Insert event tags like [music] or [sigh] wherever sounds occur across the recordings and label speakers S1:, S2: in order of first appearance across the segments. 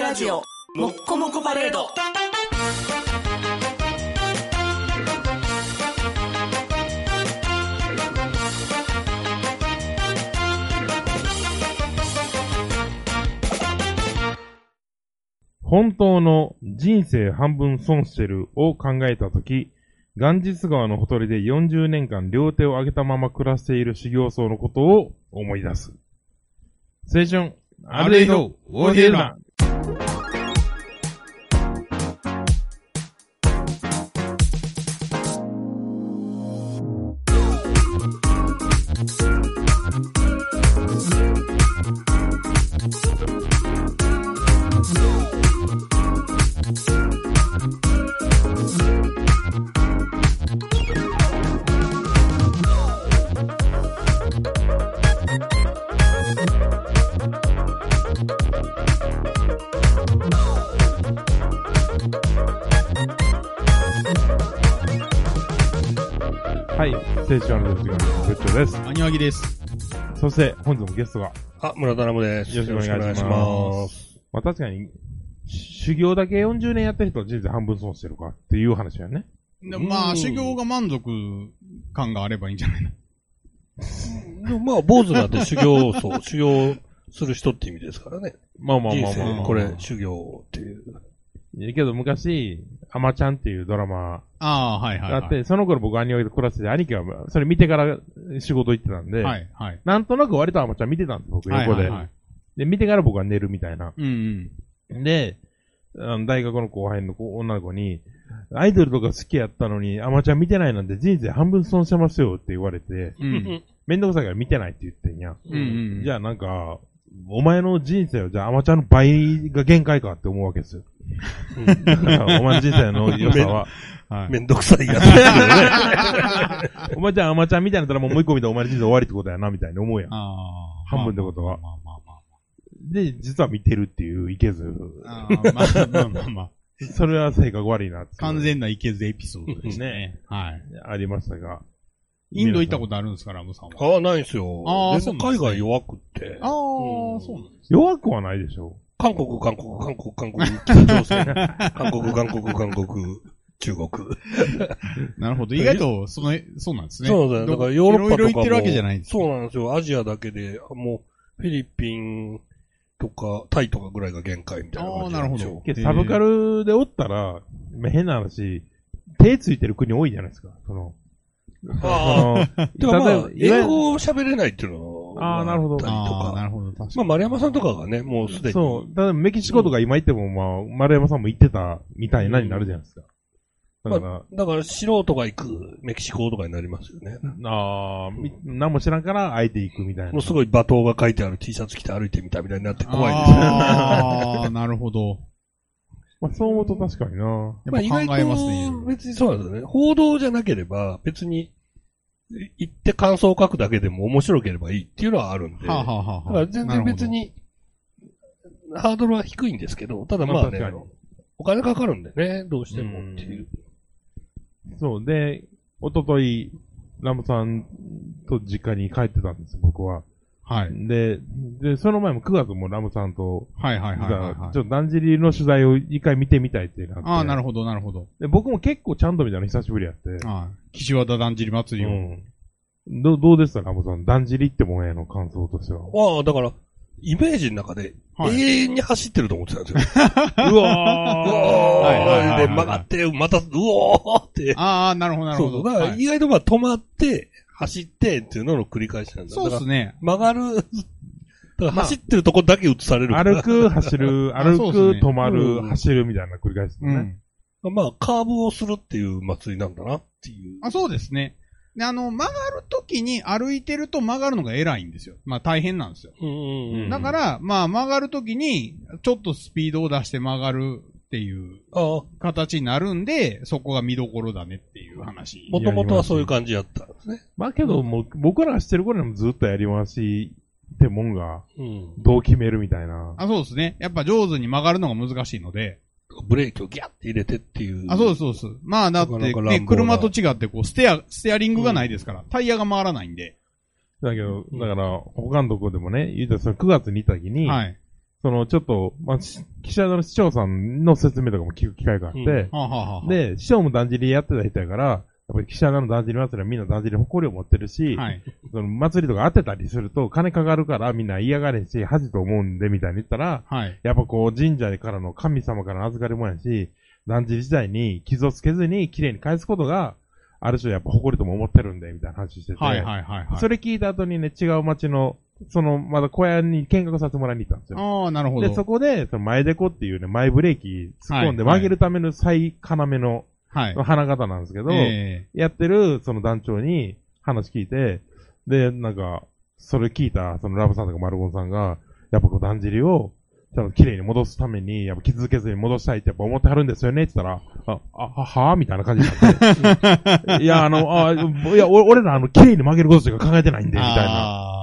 S1: ラジオもっこもこパレード
S2: 本当の人生半分損してるを考えたとき、ガンジス川のほとりで40年間両手を上げたまま暮らしている修行僧のことを思い出す。青春、アルデイド、オーデルマン。はい、青春アルデイドの部長です。
S3: アニワギです。
S2: そして、本日もゲストが、
S4: あ、村田ラムです。
S2: よろしくお願いします
S4: よろくお願いします。
S2: まあ確かに、し修行だけ40年やった人は人生半分損してるかっていう話やね。
S3: でま
S4: う
S3: あ、
S4: ん
S3: 修行が満足感があればいいんじゃないの [laughs]
S4: でもまあ、坊主なんて修行僧、 [laughs] 修行する人って意味ですからね。
S2: まあまあ
S4: 人
S2: まあまあま
S4: 生、
S2: あ。
S4: これ、修行っていう。
S2: いやけど昔、アマちゃんっていうドラマ
S3: ああ、はいはい
S2: があ
S3: はい。
S2: って、その頃僕アニメで暮らしてて、兄貴はそれ見てから仕事行ってたんで、
S3: はいはい。
S2: なんとなく割とアマちゃん見てたんです、僕横で。
S3: はいはいはい。
S2: で、見てから僕は寝るみたいな。
S3: うんうん。
S2: で、あの大学の後輩の子女の子に、アイドルとか好きやったのに、アマちゃん見てないなんて人生半分損してますよって言われて、
S3: うん
S2: めんどくさいから見てないって言ってんや。
S3: うん
S4: [laughs]
S3: うん。
S2: じ
S3: ゃ
S2: ゃあなんか、お前の人生は、じゃあ、アマちゃんの倍が限界かって思うわけです
S3: [laughs]
S2: よ。だからお前の人生の良さは、
S3: あ
S4: めんどくさいやつ [laughs] ですよね。
S2: [laughs] お前じゃあアマちゃんみたいになったらもうもう一個見たらお前の人生終わりってことやな、みたいに思うやん。
S3: あー
S2: 半分ってことは
S3: まあまあま
S2: で、実は見てるっていう、いけず、
S3: あまあ。あーまあまあまあま
S4: [laughs]
S3: あ。
S2: それは性格悪いなっていう
S3: 完全なイケズエピソードですね。はい。
S2: ありましたが。
S3: インド行ったことあるんですか、ラムさんは。
S4: ああ、ないんすよ。
S3: あー
S4: 全
S3: そうなんですね
S4: 然海外弱くって。
S3: ああ、
S4: うん
S3: そうなんです。
S2: 弱くはないでしょ
S4: 韓国、韓国、韓国、韓国、 [laughs] 北朝鮮。韓国、韓国、韓国、中国。
S3: なるほど。意外と、その、そうなんですね。
S4: そうだよ。だからヨーロッパとかも。
S3: いろいろ行ってるわけじゃないんです
S4: そうなんですよ。アジアだけで、もう、フィリピンとか、タイとかぐらいが限界みたいな感じんです
S3: あ
S4: よ
S3: ーなるほど
S2: けどサブカルでおったら、まあ変な話、手ついてる国多いじゃないですか。その、
S4: あ
S2: あ
S4: あ。てかまあ、英
S2: を
S4: 語を喋れないっていうのは
S2: あーなるほど
S4: ったりと
S3: ああ、な
S4: か。
S3: るほど。確かに。
S4: まあ、丸山さんとかがね、もうすでに。
S2: そう。ただメキシコとか今行っても、まあ、丸山さんも行ってたみたいなになるじゃないですか。だから、
S4: まあ、だから素人が行くメキシコとかになりますよね。
S2: ああ、み何も知らんからあえて行くみたいな
S4: もう。すごい罵倒が書いてある T シャツ着て歩いてみたみたいになって怖いですね。
S3: ああ、なるほど。
S2: まあ、そう思うと確かにな。
S3: やっぱ考えますね。
S4: 意
S3: いろいろ
S4: 外と別にそうなんですよね。報道じゃなければ、別に、行って感想を書くだけでも面白ければいいっていうのはあるんで。
S3: はあ、はあはあ、
S4: だから全然別に、ハードルは低いんですけど、ただまあね
S2: まあ確か、
S4: お金かかるんでね、どうしてもっていう。
S2: そう。で、一昨日ラムさんと実家に帰ってたんです、僕は。
S3: なるほど。
S2: で、で、その前も9月もラムさんと、
S3: はい。はいはい
S2: 実
S3: はいはい、
S2: は
S3: は
S2: ち
S3: い。
S2: ょっとだんじりの取材を一回見てみたいってなって。
S3: ああ、なるほど、なるほど。
S2: で僕も結構ちゃんと見たの久しぶりやって。
S3: はい。岸和田だんじり祭りを。
S2: うん。どうどうでしたラムさん。だんじりってもんへの感想としては。
S4: ああ、だから、イメージの中で、
S3: はい
S4: 永遠に走ってると思ってたんです
S3: [laughs]
S4: よ。
S2: うわ
S4: うお
S3: はいはいはいはい
S4: ーで、曲がって、また、うおーって。
S3: ああ、なるほど、なる
S4: そ
S3: ほ
S4: うそ
S3: ど。
S4: う。だから、
S3: はい
S4: 意外とまあ止まって、走ってっていうのの繰り返しなんだ。
S3: そう
S4: だ
S3: で
S4: か
S3: すね。
S4: ら曲がる、だから走ってるとこだけ映されるから。
S2: [laughs] 歩く、走る、
S3: あそ
S2: 歩
S3: う
S2: く、
S3: っすね
S2: 止まる、
S4: うん
S2: 走るみたいな繰り返しです
S3: う
S2: ね。
S3: ん。
S4: まあ、カーブをするっていう祭りなんだなっていう。
S3: あそうですね。で、あの、曲がるときに歩いてると曲がるのが偉いんですよ。まあ大変なんですよ。
S4: うんうんうん。
S2: な
S3: だ
S2: ん
S3: から、まあ曲がるときに、ちょっとスピードを出して曲がるっていう
S4: ああ、も
S3: 形になるんで、そこが見どころだねっていう話。
S4: ともとはそういう感じやったんですね。
S2: まあけど、もう、僕らが知ってる頃にもずっとやり回しってもんが、
S4: うん。
S2: どう決めるみたいな。
S3: あ、そうですね。やっぱ上手に曲がるのが難しいので。
S4: ブレーキをギャッて入れてっていう。
S3: あ、そうです、そうです。まあ、だって、
S4: なかなか乱暴
S3: ね、
S4: な
S3: 車と違って、こう、ステア、ステアリングがないですから、タイヤが回らないんで。
S2: だけど、だから、他のとこでもね、言うたらその9月に行った時に、
S3: はい。
S2: その、ちょっと、まあ、し記者の市長さんの説明とかも聞く機会があって、
S4: うん
S3: はあ、はあはあ、
S2: で、市長もだんじりやってた人やから、やっぱり記者のだんじり祭りはみんなだんじり誇りを持ってるし、
S3: はい。
S2: その祭りとか当てたりすると金かかるからみんな嫌がれんし、恥と思うんでみたいに言ったら、
S3: はい。
S2: やっぱこう神社からの神様からの預かり物やし、だんじり時代に傷をつけずに綺麗に返すことが、ある種やっぱ誇りとも思ってるんで、みたいな話してて、
S3: はい、はい、はい。はい
S2: それ聞いた後にね、違う町の、その、まだ小屋に見学させてもらいに行ったんですよ。
S3: ああ、なるほど。
S2: で、そこで、その前デコっていうね、前ブレーキ突っ込んで
S3: は
S2: 曲
S3: い
S2: げるための最要の
S3: はい。
S2: 花形なんですけど、
S3: え
S2: やってるその団長に話聞いて、で、なんか、それ聞いた、そのラブさんとかマルゴンさんが、やっぱこう、だんじりを、多分綺麗に戻すために、やっぱ傷つけずに戻したいってやっぱ思ってはるんですよねって言ったら、あ、あははみたいな感じにな
S3: [laughs]
S2: って。いや、あの、あいや、お俺らあの、綺麗に曲げることしか考えてないん
S3: え
S2: で、みたいな。
S3: あ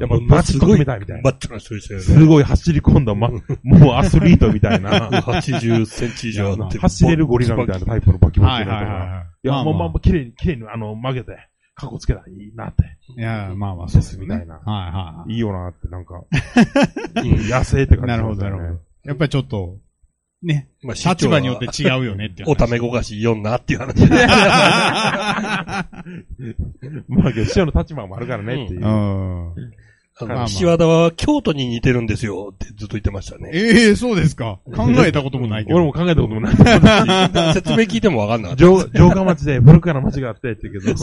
S2: やっぱバチッと決めたいみたいな。
S4: バッチョな人でしたよね。
S2: すごい走り込んだ、ま、もうアスリートみた
S3: [laughs]
S2: いな。
S4: 80センチ以上あって。
S2: 走れるゴリラみたいなタイプのバキ
S3: ー
S2: バ
S3: は
S2: キ
S3: い、
S2: の
S3: はい、
S2: 人
S3: はい
S2: が。
S3: はい
S2: や、
S3: まあ
S2: もう
S3: ま
S2: ま
S3: あ
S2: んま綺麗に、綺麗に、あの、曲げて、カッコつけたらいいなって。
S3: い。いや、まあまあ、そうですよね。
S2: み
S3: は
S2: た
S3: い
S2: いな、
S3: はいはいい。
S2: いよなって、なんか、 [laughs] 野生って感じ
S3: な
S2: し
S3: るほ
S2: まし
S3: ど、
S2: た
S3: な
S2: よね
S3: るほど。やっぱりちょっと、ね、
S4: まあ
S3: 立場によって違うよねっていう話。
S4: おためごかしよんなっていう話。
S3: [laughs]
S2: まあ、けど、師匠の立場もあるからねっていうう。
S3: ん。ま
S4: あ
S3: あまあ
S4: の、岸和田は京都に似てるんですよってずっと言ってました
S3: [laughs]
S4: ね。
S3: ええ、そうですか。考えたこともないけ
S2: [laughs]
S3: ど。
S2: 俺も考えたこともない。
S4: 説明聞いてもわかんなか
S3: [laughs]
S4: った。
S2: 城城下町で古くから町があってって言うけど、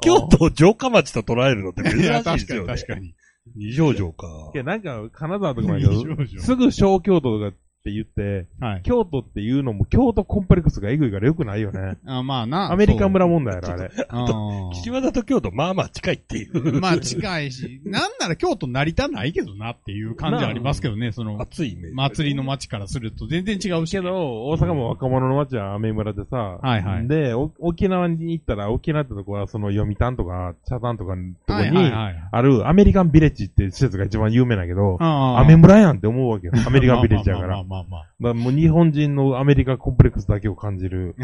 S4: 京都を城下町と捉えるのって珍しい
S3: いや、確
S4: で
S3: か
S4: すよ
S3: に
S4: ね。
S3: 確かに。
S4: 二条城か。
S2: いや、なんか、金沢とかもやけど
S3: 二条城
S2: すぐ小京都とかって言って、
S3: はい。
S2: 京都っていうのも京都コンプレックスがえぐいからよくないよね。
S3: あまあな。
S2: アメリカ村問題やろ、あれ。
S3: そう。
S4: 岸和田と京都、まあまあ近いっていう。
S3: うんまあ近いし、なんなら京都成りたないけどなっていう感じはありますけどね、その、
S4: 暑いイメージ。
S3: 祭りの街からすると全然違うし。
S2: けど、大阪も若者の街は雨村でさ、
S3: はいはい
S2: で、お沖縄に行ったら、沖縄ってとこは、その読谷とか、茶谷とかのとこ
S3: はいはい
S2: に、
S3: はい。
S2: あるアメリカンビレッジっていう施設が一番有名だけど、
S3: あ
S2: アメ村やんって思うわ
S3: [laughs]
S2: けよ。アメリカンビレッジやから。
S3: ま
S2: だ
S3: あ
S2: か
S3: まあまあ
S2: らもう日本人のアメリカコンプレックスだけを感じ
S3: [laughs]
S2: る。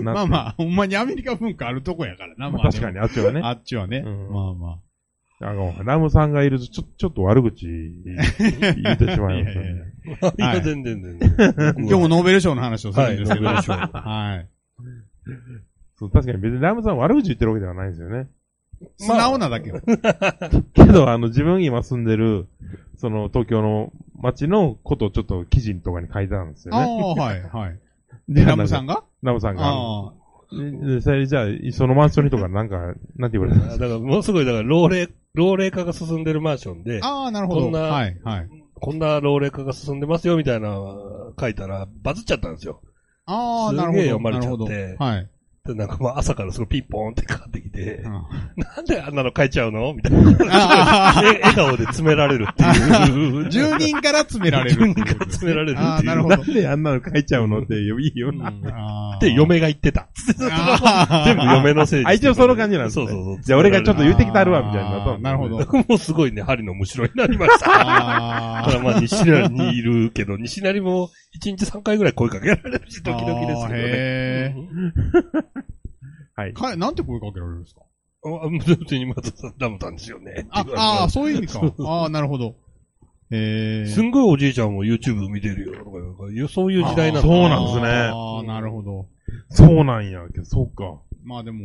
S3: まあ。ま
S2: ま
S3: あまあ、ほんまにアメリカ文化あるとこやからな、まあ。
S2: 確かに、あっちはね
S3: あ。っちはね。
S2: うん
S3: まあまあ。
S2: あの、ラムさんがいると、ちょ、ちょっと悪口言ってしまいますよ
S3: いやいやいや
S2: ね。
S4: [laughs] いや、全然全然。
S3: [laughs] 今日もノーベル賞の話をす
S4: は
S3: るん
S4: い、
S3: で
S4: ノ
S3: すけど。
S4: ーベ
S3: は
S4: ル
S3: い。
S4: 賞。
S2: そう確かに別にラムさん悪口言ってるわけではないんですよね。
S3: 素直なだけよ。
S2: けど、あの、自分今住んでる、その、東京の街のことをちょっと記事とかに書いてあるんですよ
S3: あ
S2: ね。
S3: あ、はい、はい。
S2: で
S3: で、ラムさんが
S2: ラムさんが。
S3: あ
S2: ででそれじゃあ、そのマンションの人からなんか、なんて言われたんで
S4: だ
S2: す
S4: から、ものすごい、だから、老齢、老齢化が進んでるマンションで
S3: あ、、ああ、なるほど。
S4: こんな
S3: はい、はい。
S4: こんな老齢化が進んでますよ、みたいな、書いたら、バズっちゃったんですよ。
S3: ああ、なるほ
S4: すげ
S3: ど。
S4: え読まれちゃって
S3: なるほどはい。
S4: で、なんかまあ、朝からすごいピンポーンってかかってきて
S3: う、ん
S4: なんであんなの書いちゃうの
S2: [laughs]
S4: みたいな。え笑顔で詰められるっていう。
S2: [laughs]
S3: 住人から詰められる。
S4: 順にから詰められるっていう。
S3: ああ、なるほ
S2: な
S3: ど。
S2: んであんなの書いちゃうのって、いいよな。
S3: あー
S4: で、嫁が言っ
S2: [laughs]
S4: てた。全
S3: 全
S4: 部嫁のせいに
S2: あ一応その感じなんです
S4: そ
S2: ね
S4: うそうそう。
S2: じゃあ俺がちょっと言うてきたるわ、
S3: あー
S2: みたいになったんだ
S3: なるほど
S4: だからもうすごいね、針のむしろになりました。だか
S3: あ
S4: らまあ、西成にいるけど、西成も1日3回ぐらい声かけられるし、
S3: ー
S4: [laughs] ドキドキです
S3: あー
S4: けどね。
S3: へ
S4: うん
S2: はい
S3: ー。かなんて声かけられるんですか
S4: あ、普通にまずダムたんですよね。
S3: あ、ああ、そういう意味か。ああ、なるほど。え
S4: す
S3: ー。
S4: んごいおじいちゃんも YouTube 見てるよ、とかいう、そういう時代なの
S2: あそうなんですね
S3: ああ、なるほど。
S2: そうなんや、けど、そうか。
S3: まあでも、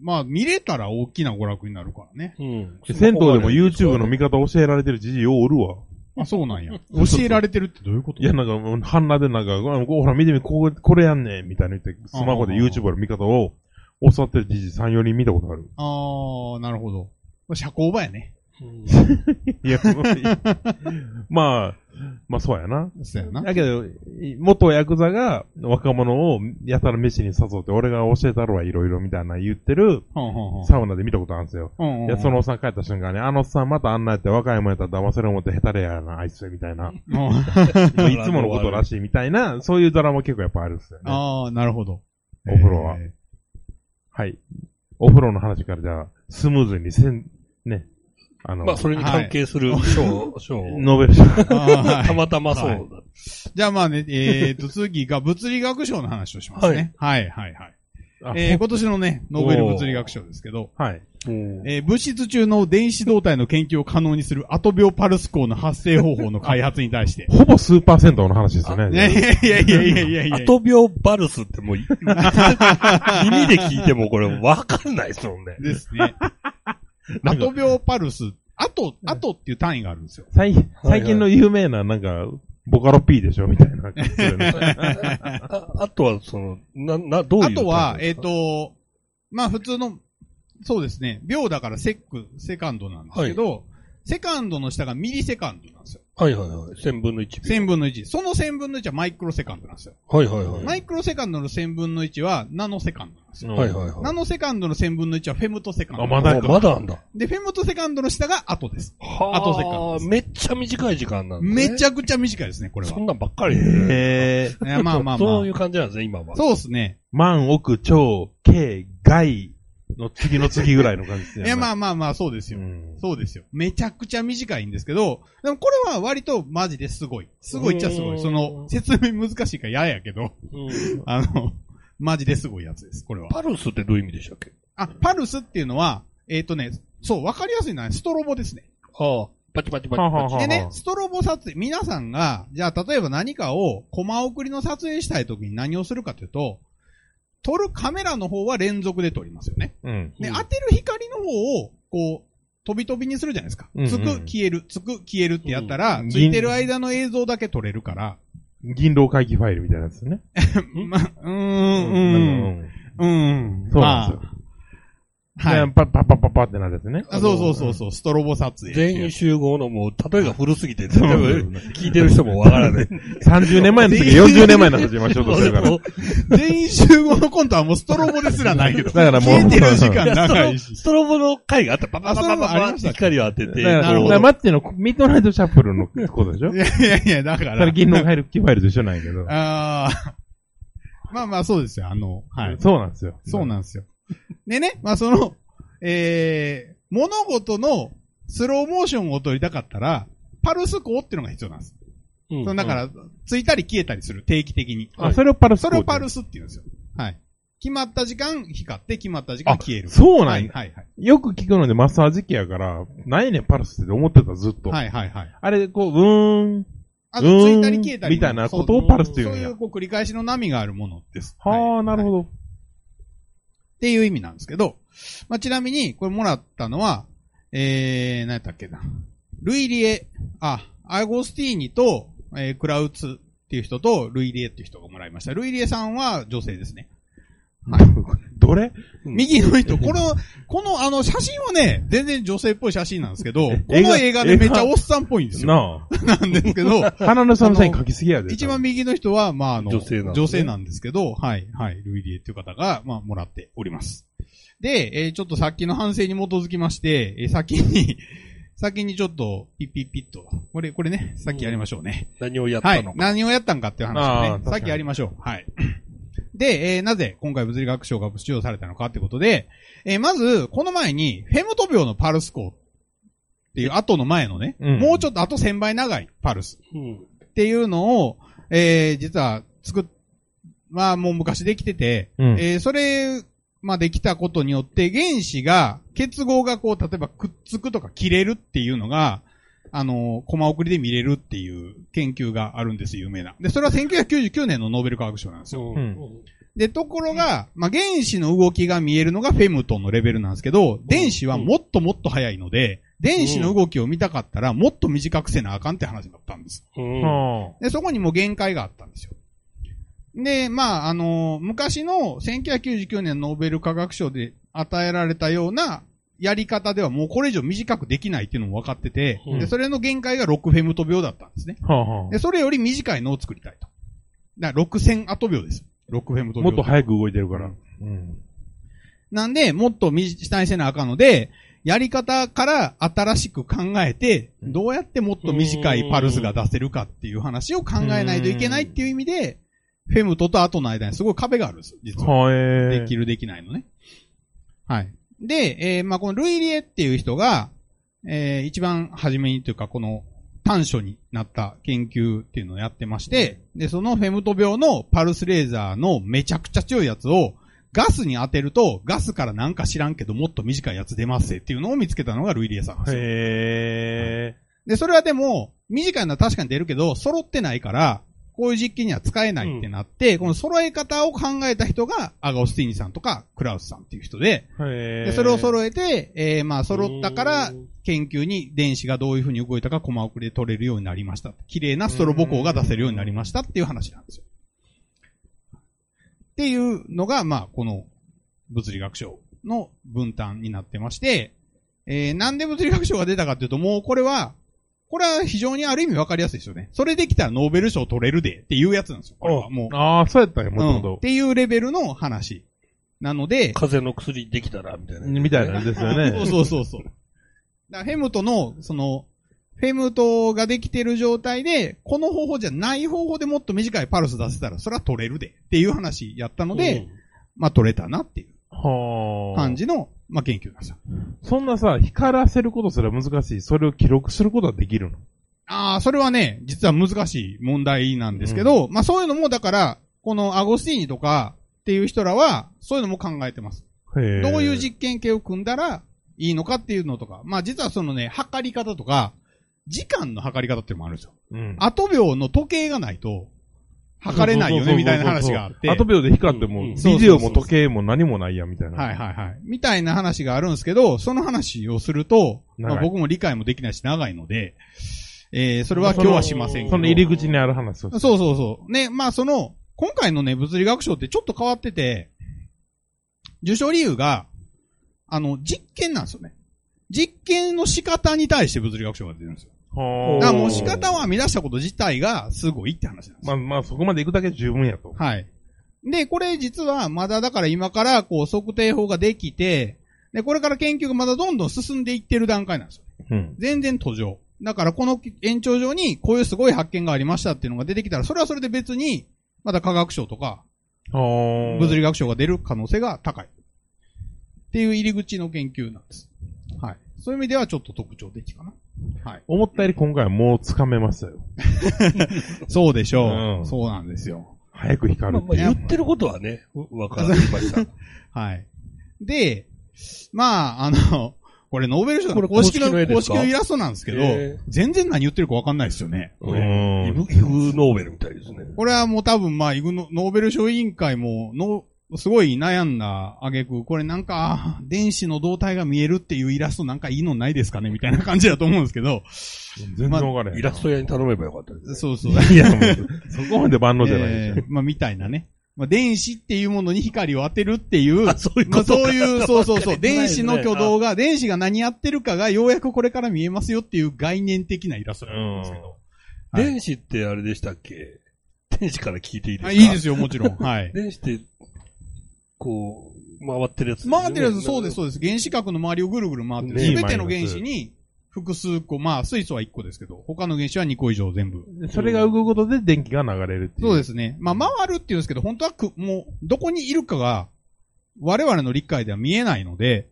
S3: まあ見れたら大きな娯楽になるからね。
S4: うん。
S2: 銭湯でも YouTube の見方教えられてるじじいようおるわ。
S3: あ、そう
S4: [laughs]
S3: なんや。
S2: うそう
S3: 教えられてるってどういうこと
S2: いや、なんかもう、半裸でなんか、ごごほら見てみ、こうこれやんねん、みたいな言って、スマホで YouTube の見方を教わってるじじい3、4人見たことある。
S3: ああ、なるほど。まあ社交場やね。
S4: うん
S2: いや、もういいまあ、まあそうやな。
S3: そうやな。
S2: だけど、い元ヤクザが若者をやたら飯に誘って、俺が教えたるわ、いろいろみたいな言ってる
S3: ほんほんほん
S2: サウナで見たことあるんですよ。
S3: うんうんうん
S2: いや、そのおっさん帰った瞬間に、あのおっさんまたあんなやって若いもんやったら騙せる思ってヘタレやな、あいつみたいな。
S3: うん
S2: もういつものことらしいみたいな、そういうドラマ結構やっぱあるっすよね。
S3: ああ、なるほど。
S2: お風呂は
S3: え
S2: はい。お風呂の話からじゃあ、スムーズにせん、ね、あの、
S4: まあ、それに関係する賞、賞、
S2: ノーベル賞。
S3: ーあ
S2: [laughs]
S3: ー
S4: たまたまそうだった。
S3: じゃあまあね、えーと、次が物理学賞の話をしますね。はい、はい、はい。
S2: あ
S3: えー今年のね、ノーベル物理学賞ですけど、
S2: はい。
S4: うん
S3: えー物質中の電子動態の研究を可能にするアト秒パルス光の発生方法の開発に対して。
S2: ほぼスーパー銭湯の話ですよね。
S3: [laughs] いやいやいやいやいやいや
S4: アトビオバルスってもうい、耳で聞いてもこれわかんないですもんね。
S3: ですね。アト秒パルス、あと、あとっていう単位があるんですよ。
S2: 最最近の有名な、なんか、ボカロ P でしょみたいな感じですよね。
S4: ああとは、その、な、な、どういう
S3: あとは、えっ、
S4: ー、
S3: と、まあ普通の、そうですね、秒だからセック、セカンドなんですけど、セカンドの下がミリセカンドなんですよ。
S4: はいはいはい。千分の一秒。
S3: 千分の一。その千分の一はマイクロセカンドなんですよ。
S4: はいはいはい。
S3: マイクロセカンドの千分の一はナノセカンドなんですよ。
S4: はいはいは
S3: ナノセカンドの千分の一はフェムトセカンド。
S2: あま
S4: い。あまだあんだ。
S3: で、フェムトセカンドの下が後です。
S4: は
S3: あとセカンド
S4: めっちゃ短い時間なんだ、ね。
S3: めち
S4: ゃ、
S3: ゃくちゃ短いですね、これは
S4: そ。んなんばっかり、ね。
S2: えー、
S3: いやまあまあまあ。
S4: そういう感じなんですね、今は。
S3: そうですね。
S2: 万、億、超、軽、外の次の次ぐらいの感じです
S3: い
S2: よね。
S3: や、ま
S2: あ、
S3: あまあまあ、そうです
S2: う
S3: よ。
S2: ん。
S3: そうですよ。めちゃくちゃ短いんですけど、でもこれは割とマジですごい。すごいっちゃすご
S4: うー
S3: い。
S4: ん
S3: その、説明難しいから嫌やけど、
S4: うん
S3: あの、マジですごいやつです、これは。
S4: パルスってどういう意味でしたっけ
S3: あ、パルスっていうのは、えっ、とね、そう、わかりやすいのはストロボですね。
S4: はあ。パチパチパチパチ。
S2: はあはあはあ
S3: でね、ストロボ撮影、皆さんが、じゃあ例えば何かを、コマ送りの撮影したい時に何をするかというと、撮るカメラの方は連続で撮りますよね。
S2: うん。
S3: で、
S4: うん
S3: 当てる光の方を、こう、飛び飛びにするじゃないですか。
S2: うんうん
S3: つく、消える、つく、消えるってやったら、
S2: うん
S3: ついてる間の映像だけ撮れるから。
S2: 銀狼会議ファイルみたいなやつですね。
S4: うん
S3: ま、うーん、うん、
S2: ん。
S3: うん。
S2: そうなんですよ。
S3: まあはい。
S2: でパッパッパッパッパってなるやつね。
S3: あそうそうそうそう、ストロボ撮影っていう。
S4: 全員集合のもう、例えが古すぎて、
S2: う
S4: 多分聞いてる人もわから
S2: [laughs]
S4: ない。
S2: 30年前の次、40年前の話にましょうとしてるから。
S3: 全員集合のコントはもうストロボですらないけど。
S2: だからもう
S3: 消えてる時
S4: い
S3: 間
S4: やス
S3: 長
S4: トロ
S3: いし。
S4: ストロボの回があった。パパパ
S3: あス
S4: パパ
S3: トロボあ
S4: パ
S3: り
S4: っ
S3: ました
S4: て
S3: っけ
S4: 光を当てて。
S2: だ
S3: な
S2: から、
S3: るほ
S2: だ
S3: ど
S2: からマッチのミッドナイトシャッフルのことでしょ
S3: いやいやいや、だ
S2: そ
S3: か
S2: れ
S3: ら。
S2: 銀狼会議ファイルと一緒なんやけど。
S3: ああ。まあまあ、そうですよ。あの、はい。
S2: そうなんですよ。
S3: そうなんですよ。でね、まあその、えー、物事のスローモーションを撮りたかったら、パルス光っていうのが必要なんです。
S4: うん
S3: そのだか、ら、ついたり消えたりする、定期的に。
S2: あ、それをパルス。
S3: それをパルスって言うんですよ。はい。決まった時間光って、決まった時間消える。
S2: そうな
S3: は
S2: ん
S3: い
S2: や
S3: はいはい。
S2: よく聞くのでマッサージ機やから、何やねんパルスって思ってたずっと。
S3: はいはいはい。
S2: あれ、こう、うーん、
S3: あ
S2: うー
S3: と、つ
S2: ん
S3: いたり消えたり
S2: み
S3: も。
S2: たいなこと
S3: そう
S2: をパルスって言
S3: そううんい
S2: や
S3: う。こう繰り返しの波があるものです。
S2: はあ、なる
S3: ど
S2: ほど。
S3: っていう意味なんですけど、まあ、ちなみに、これもらったのは、えー、何やったっけな。ルイリエ、あ、アゴスティーニと、えー、クラウツっていう人と、ルイリエっていう人がもらいました。ルイリエさんは女性ですね。
S2: どれ
S3: 右の [laughs] 人、この、この、あの、写真はね、全然女性っぽい写真なんですけど、こ
S2: 映
S3: の
S2: 画
S3: [laughs] 映画でめっちゃおっさんっぽいんですよ。
S2: な
S3: [laughs] なんですけど、
S2: あ。花の寒さに書きすぎやで。
S3: 一番右の人は、まあ、あの、
S4: 女性なんですね
S3: なんですけど、はい、はい、ルイリエっていう方が、まあ、もらっております。で、えーちょっとさっきの反省に基づきまして、えー先に、 [laughs] 先にちょっと、ピッピッピッと、これ、これね、さっきやりましょうね。
S4: 何をやっ
S3: は
S4: た
S3: い
S4: の、か。
S3: 何をやったんかっていう
S2: あー
S3: 話を
S2: 確
S3: ね、
S2: かに
S3: さっきやりましょう。はい。で、えーなぜ今回物理学賞が使用されたのかってことで、えーまず、この前に、フェムト秒のパルス光っていう後の前のね、
S2: うん
S3: もうちょっと後1000倍長いパルス。
S4: うん
S3: っていうのを、えー、実は作っ、まあもう昔できてて、
S2: うん
S3: えー、それ、まあできたことによって原子が、結合がこう、例えばくっつくとか切れるっていうのが、あのーコマ送りで見れるっていう研究があるんです、有名な。で、それは1999年のノーベル化学賞なんですよ。
S2: うん
S3: で、ところが、まあ原子の動きが見えるのがフェムトンのレベルなんですけど、電子はもっともっと速いので、電子の動きを見たかったらもっと短くせなあかんって話になったんです。
S4: うん
S2: は
S3: で、そこにもう限界があったんですよ。で、まあ、あの昔の1999年ノーベル化学賞で与えられたようなやり方ではもうこれ以上短くできないっていうのも分かってて、
S4: うん
S3: で、それの限界が6フェムト秒だったんですね。
S2: あ、はあ、は
S3: で、それより短いのを作りたいと。だから6000アト秒です。6フェム
S2: あ。
S3: ト
S2: も
S3: 秒。
S2: っと早く動いてるから。うん。
S3: なんで、もっと短いせなあかんので、やり方から新しく考えて、どうやってもっと短いパルスが出せるかっていう話を考えないといけないっていう意味で、フェムトとアトの間にすごい壁があるんです、実は。
S2: はえー。
S3: できる、できないのね。はい。で、えーまあ、このルイリエっていう人が、えー一番初めにというか、この短所になった研究っていうのをやってまして、で、そのフェムト病のパルスレーザーのめちゃくちゃ強いやつを、ガスに当てると、ガスからなんか知らんけど、もっと短いやつ出ますぜっていうのを見つけたのがルイリエさんなんですよ。
S2: へ
S3: で、それはでも、短いのは確かに出るけど、揃ってないから、こういう実験には使えないってなって、この揃え方を考えた人が、アガオスティーニさんとか、クラウスさんっていう人で、
S2: ー。へー。
S3: でそれを
S2: う。
S3: 揃えて、えーまあ、揃ったから
S4: う、ん
S3: 研究に電子がどういう風に動いたか、コマ送りで取れるようになりました。綺麗なストロボ校が出せるようになりましたっていう話なんですよ。っていうのが、まあ、この物理学賞の分担になってまして、えー、なんで物理学賞が出たかっていうと、もうこれは、これは非常にある意味わかりやすいですよね。それできたらノーベル賞取れるでっていうやつなんですよ。これはもう。
S2: ああ、そうやったんや、もとも
S3: うんっ
S2: と。
S3: ていうレベルの話。なので、
S4: 風邪の薬できたら、みたいな。
S2: みたいなんですよ
S3: [laughs] そ
S2: ね
S3: う。そうそうそう。だからフェムトの、その、フェムトができてる状態で、この方法じゃない方法でもっと短いパルス出せたら、それは取れるで、っていう話やったので、まあ取れたなっていう
S2: はあ。
S3: 感じの、まあ研究なんですよ。
S2: そんなさ、光らせることすら難しい。それを記録することはできるの。
S3: ああ、それはね、実は難しい問題なんですけど、まあそういうのも、だから、このアゴスティーニとかっていう人らは、そういうのも考えてます。
S2: へー
S3: どういう実験系を組んだらいいのかっていうのとか、まあ実はそのね、測り方とか、時間の測り方っていうのもあるんですよ。
S2: うん
S3: 後秒の時計がないと、測れないよね、みたいな話があって。
S2: 後秒で光って
S4: う
S2: も、
S4: ん
S2: ビデオも時計も何もないや、みたいな。
S3: はいはいはい。みたいな話があるんですけど、その話をすると、まあ
S2: 長い
S3: 僕も理解もできないし長いので、えー、それは今日はしませんけど。
S2: その入り口にある話をして。
S3: そうそうそう。ね、まあその、今回のね、物理学賞ってちょっと変わってて、受賞理由が、あの、実験なんですよね。実験の仕方に対して物理学賞が出てるんですよ。
S2: は
S3: だ
S2: あ
S3: からもう仕方を編み出したこと自体がすごいって話なんです
S2: ま
S3: よ
S2: あまあ、そこまで行くだけで十分やと。
S3: はい。で、これ実はまだだから今からこう測定法ができて、で、これから研究がまだどんどん進んでいってる段階なんですよ。
S2: うん。
S3: 全然途上。だからこの延長上にこういうすごい発見がありましたっていうのが出てきたら、それはそれで別に、まだ科学賞とか
S2: はあ。
S3: 物理学賞が出る可能性が高い。っていう入り口の研究なんです。はい。そういう意味ではちょっと特徴的かな。はい。
S2: 思ったより今回はもう掴めましたよ。
S3: そうでしょう。
S2: うん
S3: そうなんですよ。
S2: 早く光
S4: まあ
S2: るっ
S4: まあ
S2: ていう。
S4: 言ってることはね、うわかりました。
S3: はい。で、まあ、あの、 [laughs] これノーベル賞
S4: こ
S3: の
S4: れ
S3: 公式の
S4: 公式の絵ですか
S3: 公式のイラストなんですけど
S4: へー、
S3: 全然何言ってるかわかんないですよね。
S2: うん
S4: イブイブノーベルみたいですね。
S3: これはもう多分まあ、イグノノーベル賞委員会も、の、すごい悩んだ挙句これなんか、あー電子の動体が見えるっていうイラストなんかいいのないですかねみたいな感じだと思うんですけど、
S2: 全然わからへんな。
S4: イラスト屋に頼めばよかったですね。
S3: そうそう。
S2: いや、もうそこまで万能じゃないでしょ
S3: [laughs] えーまあ、みたいなね。まあ、電子っていうものに光を当てるっていう、
S4: あそういう
S3: ま
S4: こ
S3: あ、
S4: とか
S3: そういう、そうそうそう、
S4: わかりづらい
S3: 電
S4: です
S3: 子
S4: ね
S3: の挙動が、電子が何やってるかが、ようやくこれから見えますよっていう概念的なイラストなんですけど。はい
S4: 電子ってあれでしたっけ電子から聞いていいです
S3: あ
S4: か
S3: いいですよ、もちろ
S4: [laughs]
S3: ん。はい。
S4: 電子って、こう、回ってるやつですよね、
S3: 回ってるやつ、そうです、そうです。原子核の周りをぐるぐる回ってる。
S4: ね
S3: すべての原子に、複数個、まあ、水素は1個ですけど、他の原子は2個以上全部。
S2: でそれが動くことで電気が流れるっていう。。
S3: そうですすね。まあ、回るっていうんですけど、本当はく、もう、どこにいるかが、我々の理解では見えないので、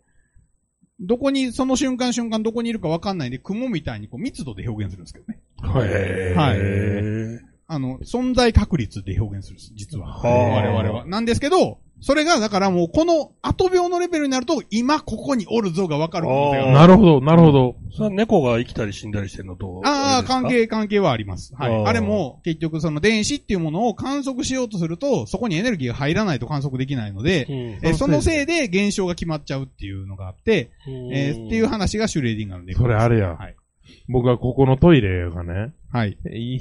S3: どこに、その瞬間瞬間どこにいるかわかんないんで、雲みたいにこう密度で表現するんですけどね。
S2: はい。
S3: はい
S4: へ
S3: あの、存在確率で表現するんです、実は。
S4: ー
S3: 我々は。。なんですけど、それが、だからもう、この後秒のレベルになると、今ここにおるぞがわかる可能性がある
S2: なるほど、なるほど。
S4: それは猫が生きたり死んだりしてるのと。
S3: ああ、
S4: れですか
S3: 関。係、関係はあります。は
S4: あ
S3: い。
S4: ー
S3: あれも、結局、その電子っていうものを観測しようとすると、そこにエネルギーが入らないと観測できないので、
S4: うん
S3: えそのせいで現象が決まっちゃうっていうのがあって、えーっていう。話がシュレーディンガーの猫
S2: それあれや
S3: はい。
S2: 僕はここのトイレがね、
S3: はい。
S2: いい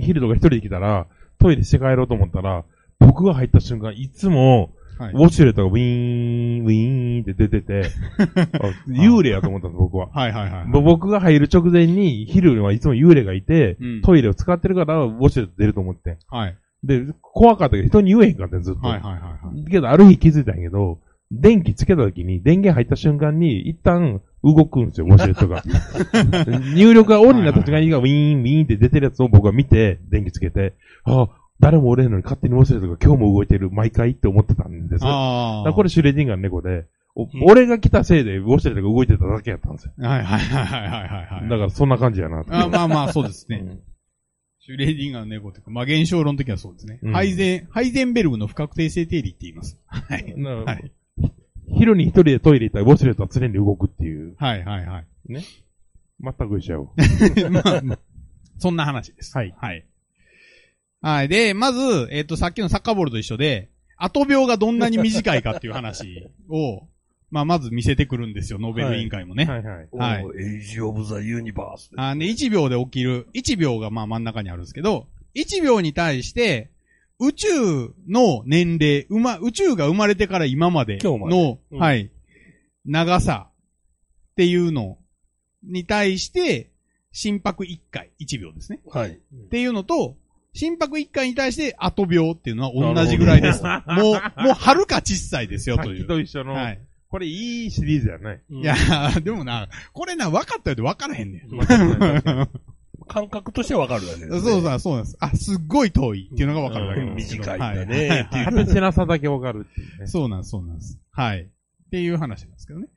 S2: 昼とか一人で来たら、トイレして帰ろうと思ったら、僕が入った瞬間、いつも、
S3: はい
S2: ウォシュレットがウィーン、ウィーンって出て
S3: [laughs]
S2: て、あ幽霊やと思ったんです、僕は。
S3: はいはいはい。
S2: ぼ僕が入る直前に、昼はいつも幽霊がいて、
S3: うん
S2: トイレを使ってるから、ウォシュレット出ると思ってん。
S3: はい。
S2: で、怖かったけど、人に言えへんかったよ、ずっと。
S3: はいはいはいはい。
S2: けど、ある日気づいたんやけど、電気つけた時に、電源入った瞬間に、一旦動くんですよ、ウォシュレット
S3: [laughs]
S2: が。入力がオンになった瞬間に、ウィーン、ウィーンって出てるやつを僕は見て、電気つけて、ああ、誰もおれへんのに勝手にウォシュレットが今日も動いてる、毎回って思ってたんです。だか
S3: ああ。
S2: らこれシュレディンガーの猫で、お
S4: ん
S2: 俺が来たせいでウォシュレットが動いてただけやったんですよ。
S3: はいはいはいはいはいはい。
S2: だからそんな感じやなって。
S3: あーまあまあ、そうですね。シュレーディンガーの猫というか、まあ、現象論的にはそうですね。
S2: うん
S3: ハイゼン、ハイゼンベルグの不確定性定理って言います。はい。
S2: な
S3: は
S2: 昼に一人でトイレ行ったらウォシュレットは常に動くっていう。
S3: はいは
S2: [laughs]
S3: いはい。
S2: 全く一緒よ。
S3: まあまあそんな話です。
S2: はい。
S3: はい。はい。で、まず、えっ、と、さっきのサッカーボールと一緒で、後秒がどんなに短いかっていう話を、まあ、まず見せてくるんですよ、ノーベル委員会もね。
S2: はいはい。
S3: はい
S4: おーエイジオブザユニバース。
S3: あーで、1秒で起きる、1秒がまあ真ん中にあるんですけど、1秒に対して、宇宙の年齢、うま、宇宙が生まれてから今まで
S4: 今日まで
S3: の、
S4: うん
S3: はい、長さっていうのに対して、心拍1回、1秒ですね。
S4: はい。
S3: っていうのと、心拍1回に対して後秒っていうのは同じぐらいです。も
S2: な
S3: う、もうはるか小さいですよ
S2: さっ
S3: とい
S2: き
S3: う。
S2: と一緒の、
S3: はい。
S2: これいいシリーズやね。
S4: い
S3: いや、でもな、これな、分かったよって分からへんねん。
S4: 感覚としてはわかるだけですね。
S3: そうそう、そうなんです。あ、すっごい遠いっていうのが分かるだけなんですけど。
S4: 短いんだ
S3: はいはい
S4: ね。っていう
S2: 果てしなさだけわかるっていうね。
S3: そうなんです、そうなんです。はい。っていう話なんですけどね。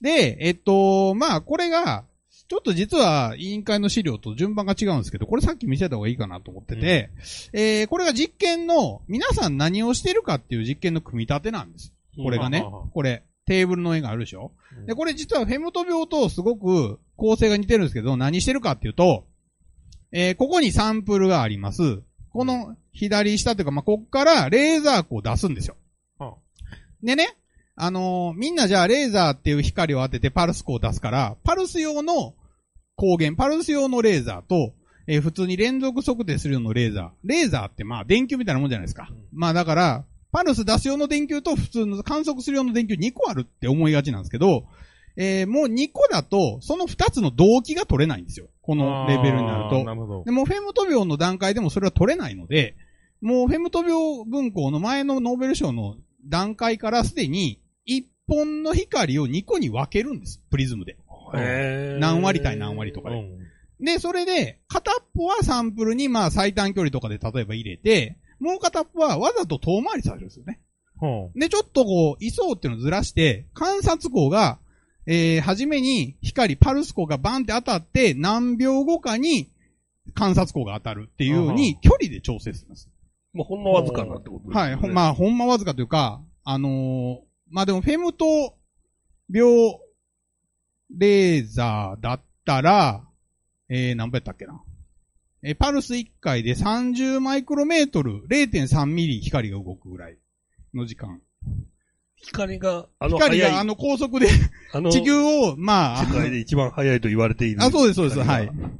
S3: で、えっと、まあ、これが、ちょっと実は委員会の資料と順番が違うんですけど、これさっき見せた方がいいかなと思ってて、えー、これが実験の、皆さん何をしてるかっていう実験の組み立てなんです。 [laughs] これがね
S2: うんははは、
S3: これ、テーブルの絵があるでしょ
S2: うん
S3: で、これ実はフェムト病とすごく構成が似てるんですけど、何してるかっていうと、えー、ここにサンプルがあります。この左下というか、まあ、こっからレーザー光を出すんですよ。
S2: は
S3: でね、あのーみんなじゃあレーザーっていう光を当ててパルス光を出すから、パルス用の光源、パルス用のレーザーと、えー普通に連続測定する用のレーザー。レーザーってまあ電球みたいなもんじゃないですか。まあだから、パルス出す用の電球と普通の観測する用の電球2個あるって思いがちなんですけど、えーもう2個だと、その2つの動機が取れないんですよ。このレベルになる
S2: あ
S3: と
S2: ー。なるほど。
S3: でもうフェムト病の段階でもそれは取れないので、もうフェムト病文庫の前のノーベル賞の段階からすでに、一本の光を2個に分けるんです。プリズムで。
S4: へー
S3: 何割対何割とかで。で、それで、片っぽはサンプルにまあ最短距離とかで例えば入れて、もう片っぽはわざと遠回りされるんですよね。
S2: ほ
S3: で、ちょっとこう、位相っていうのをずらして、観察光が、えー、初めに光、パルス光がバンって当たって、何秒後かに観察光が当たるっていうよう
S2: うんう
S3: に
S2: ん、
S3: 距離で調整するんです。
S4: もうほんのわずかなってことですね
S3: はい。ほまあ、ほんまわずかというか、あのーまあでも、フェムと秒レーザーだったら、えー、何倍やったっけな。えーパルス1回で30マイクロメートル、0.3ミリ光が動くぐらいの時間。
S4: 光が、あの、
S3: 光
S4: 速い、
S3: があの高速で
S4: あの
S3: 地球を、まあ
S4: 世、界で一番速いと言われている。
S3: あ、そうです、そうです、
S4: 光が
S3: はい。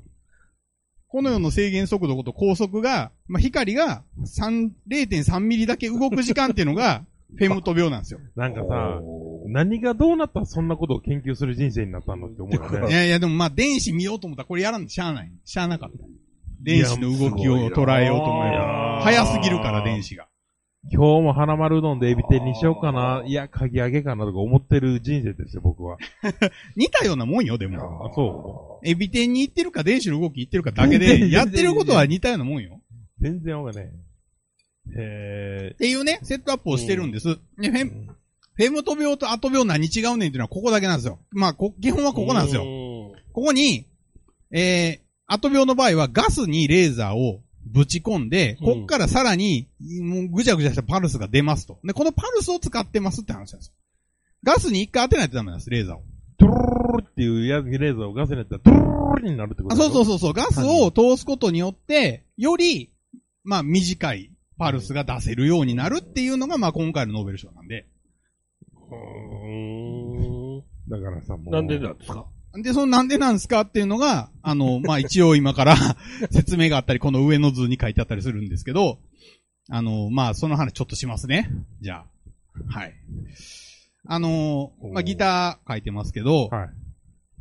S3: この世の制限速度と高速が、まあ、光が3 0.3ミリだけ動く時間っていうの
S4: [laughs]
S3: が、フェムト秒なんですよ。
S2: う。なんかさ、
S4: おー
S2: 何がどうなったらそんなことを研究する人生になったのって思うよ
S3: い [laughs]
S2: ね。
S3: やいや、でもまあ、電子見ようと思ったらこれやらんでしゃあない。しゃあなかった。電子の動きを捉えようと思え
S2: いや
S3: ば。
S2: ー
S3: 早すぎるから、電子が。
S2: 今日も花丸うどんでエビ天にしようかな、いや、かき揚げかなとか思ってる人生ですよ、僕は。
S3: 似たようなもんよ、で
S2: あ
S3: も。
S2: そ
S3: エビ天に行ってるか、電子の動き行ってるかだ
S2: [laughs]
S3: けで、やってることは似たようなもんよ。
S2: う。全然わかんない。へ
S3: っていうね、セットアップをしてるんです。でフェ
S2: うん
S3: ム、フェムト病とアト病何違うねんっていうのはここだけなんですよ。まあ、こ基本はここなんですよ。
S4: う
S3: ここに、えー、アト病の場合はガスにレーザーをぶち込んで、
S4: うん
S3: こっからさらに、もうぐちゃぐちゃしたパルスが出ますと。で、このパルスを使ってますって話なんですよ。ガスに一回当てないとダメなんです、レーザーを。
S2: ドゥルルルルっていうやレーザーをガスにやったらドゥルルルルになるってこ
S3: あ
S2: と
S3: そうそう
S2: そ
S3: そうそう、ガスを通すことによって、より、まあ短いパルスが出せるようになるっていうのが、まあ今回のノーベル賞なんで。
S4: ーん
S2: う。だからさ、もう。
S4: なんでなんですか
S3: で、そのなんでなんですかっていうのが、あの、
S2: [laughs]
S3: まあ、一応今から [laughs] 説明があったり、この上の図に書いてあったりするんですけど、あの、まあ、その話ちょっとしますね。じゃあ。はい。あの、まあ、ギター書いてますけど、
S2: は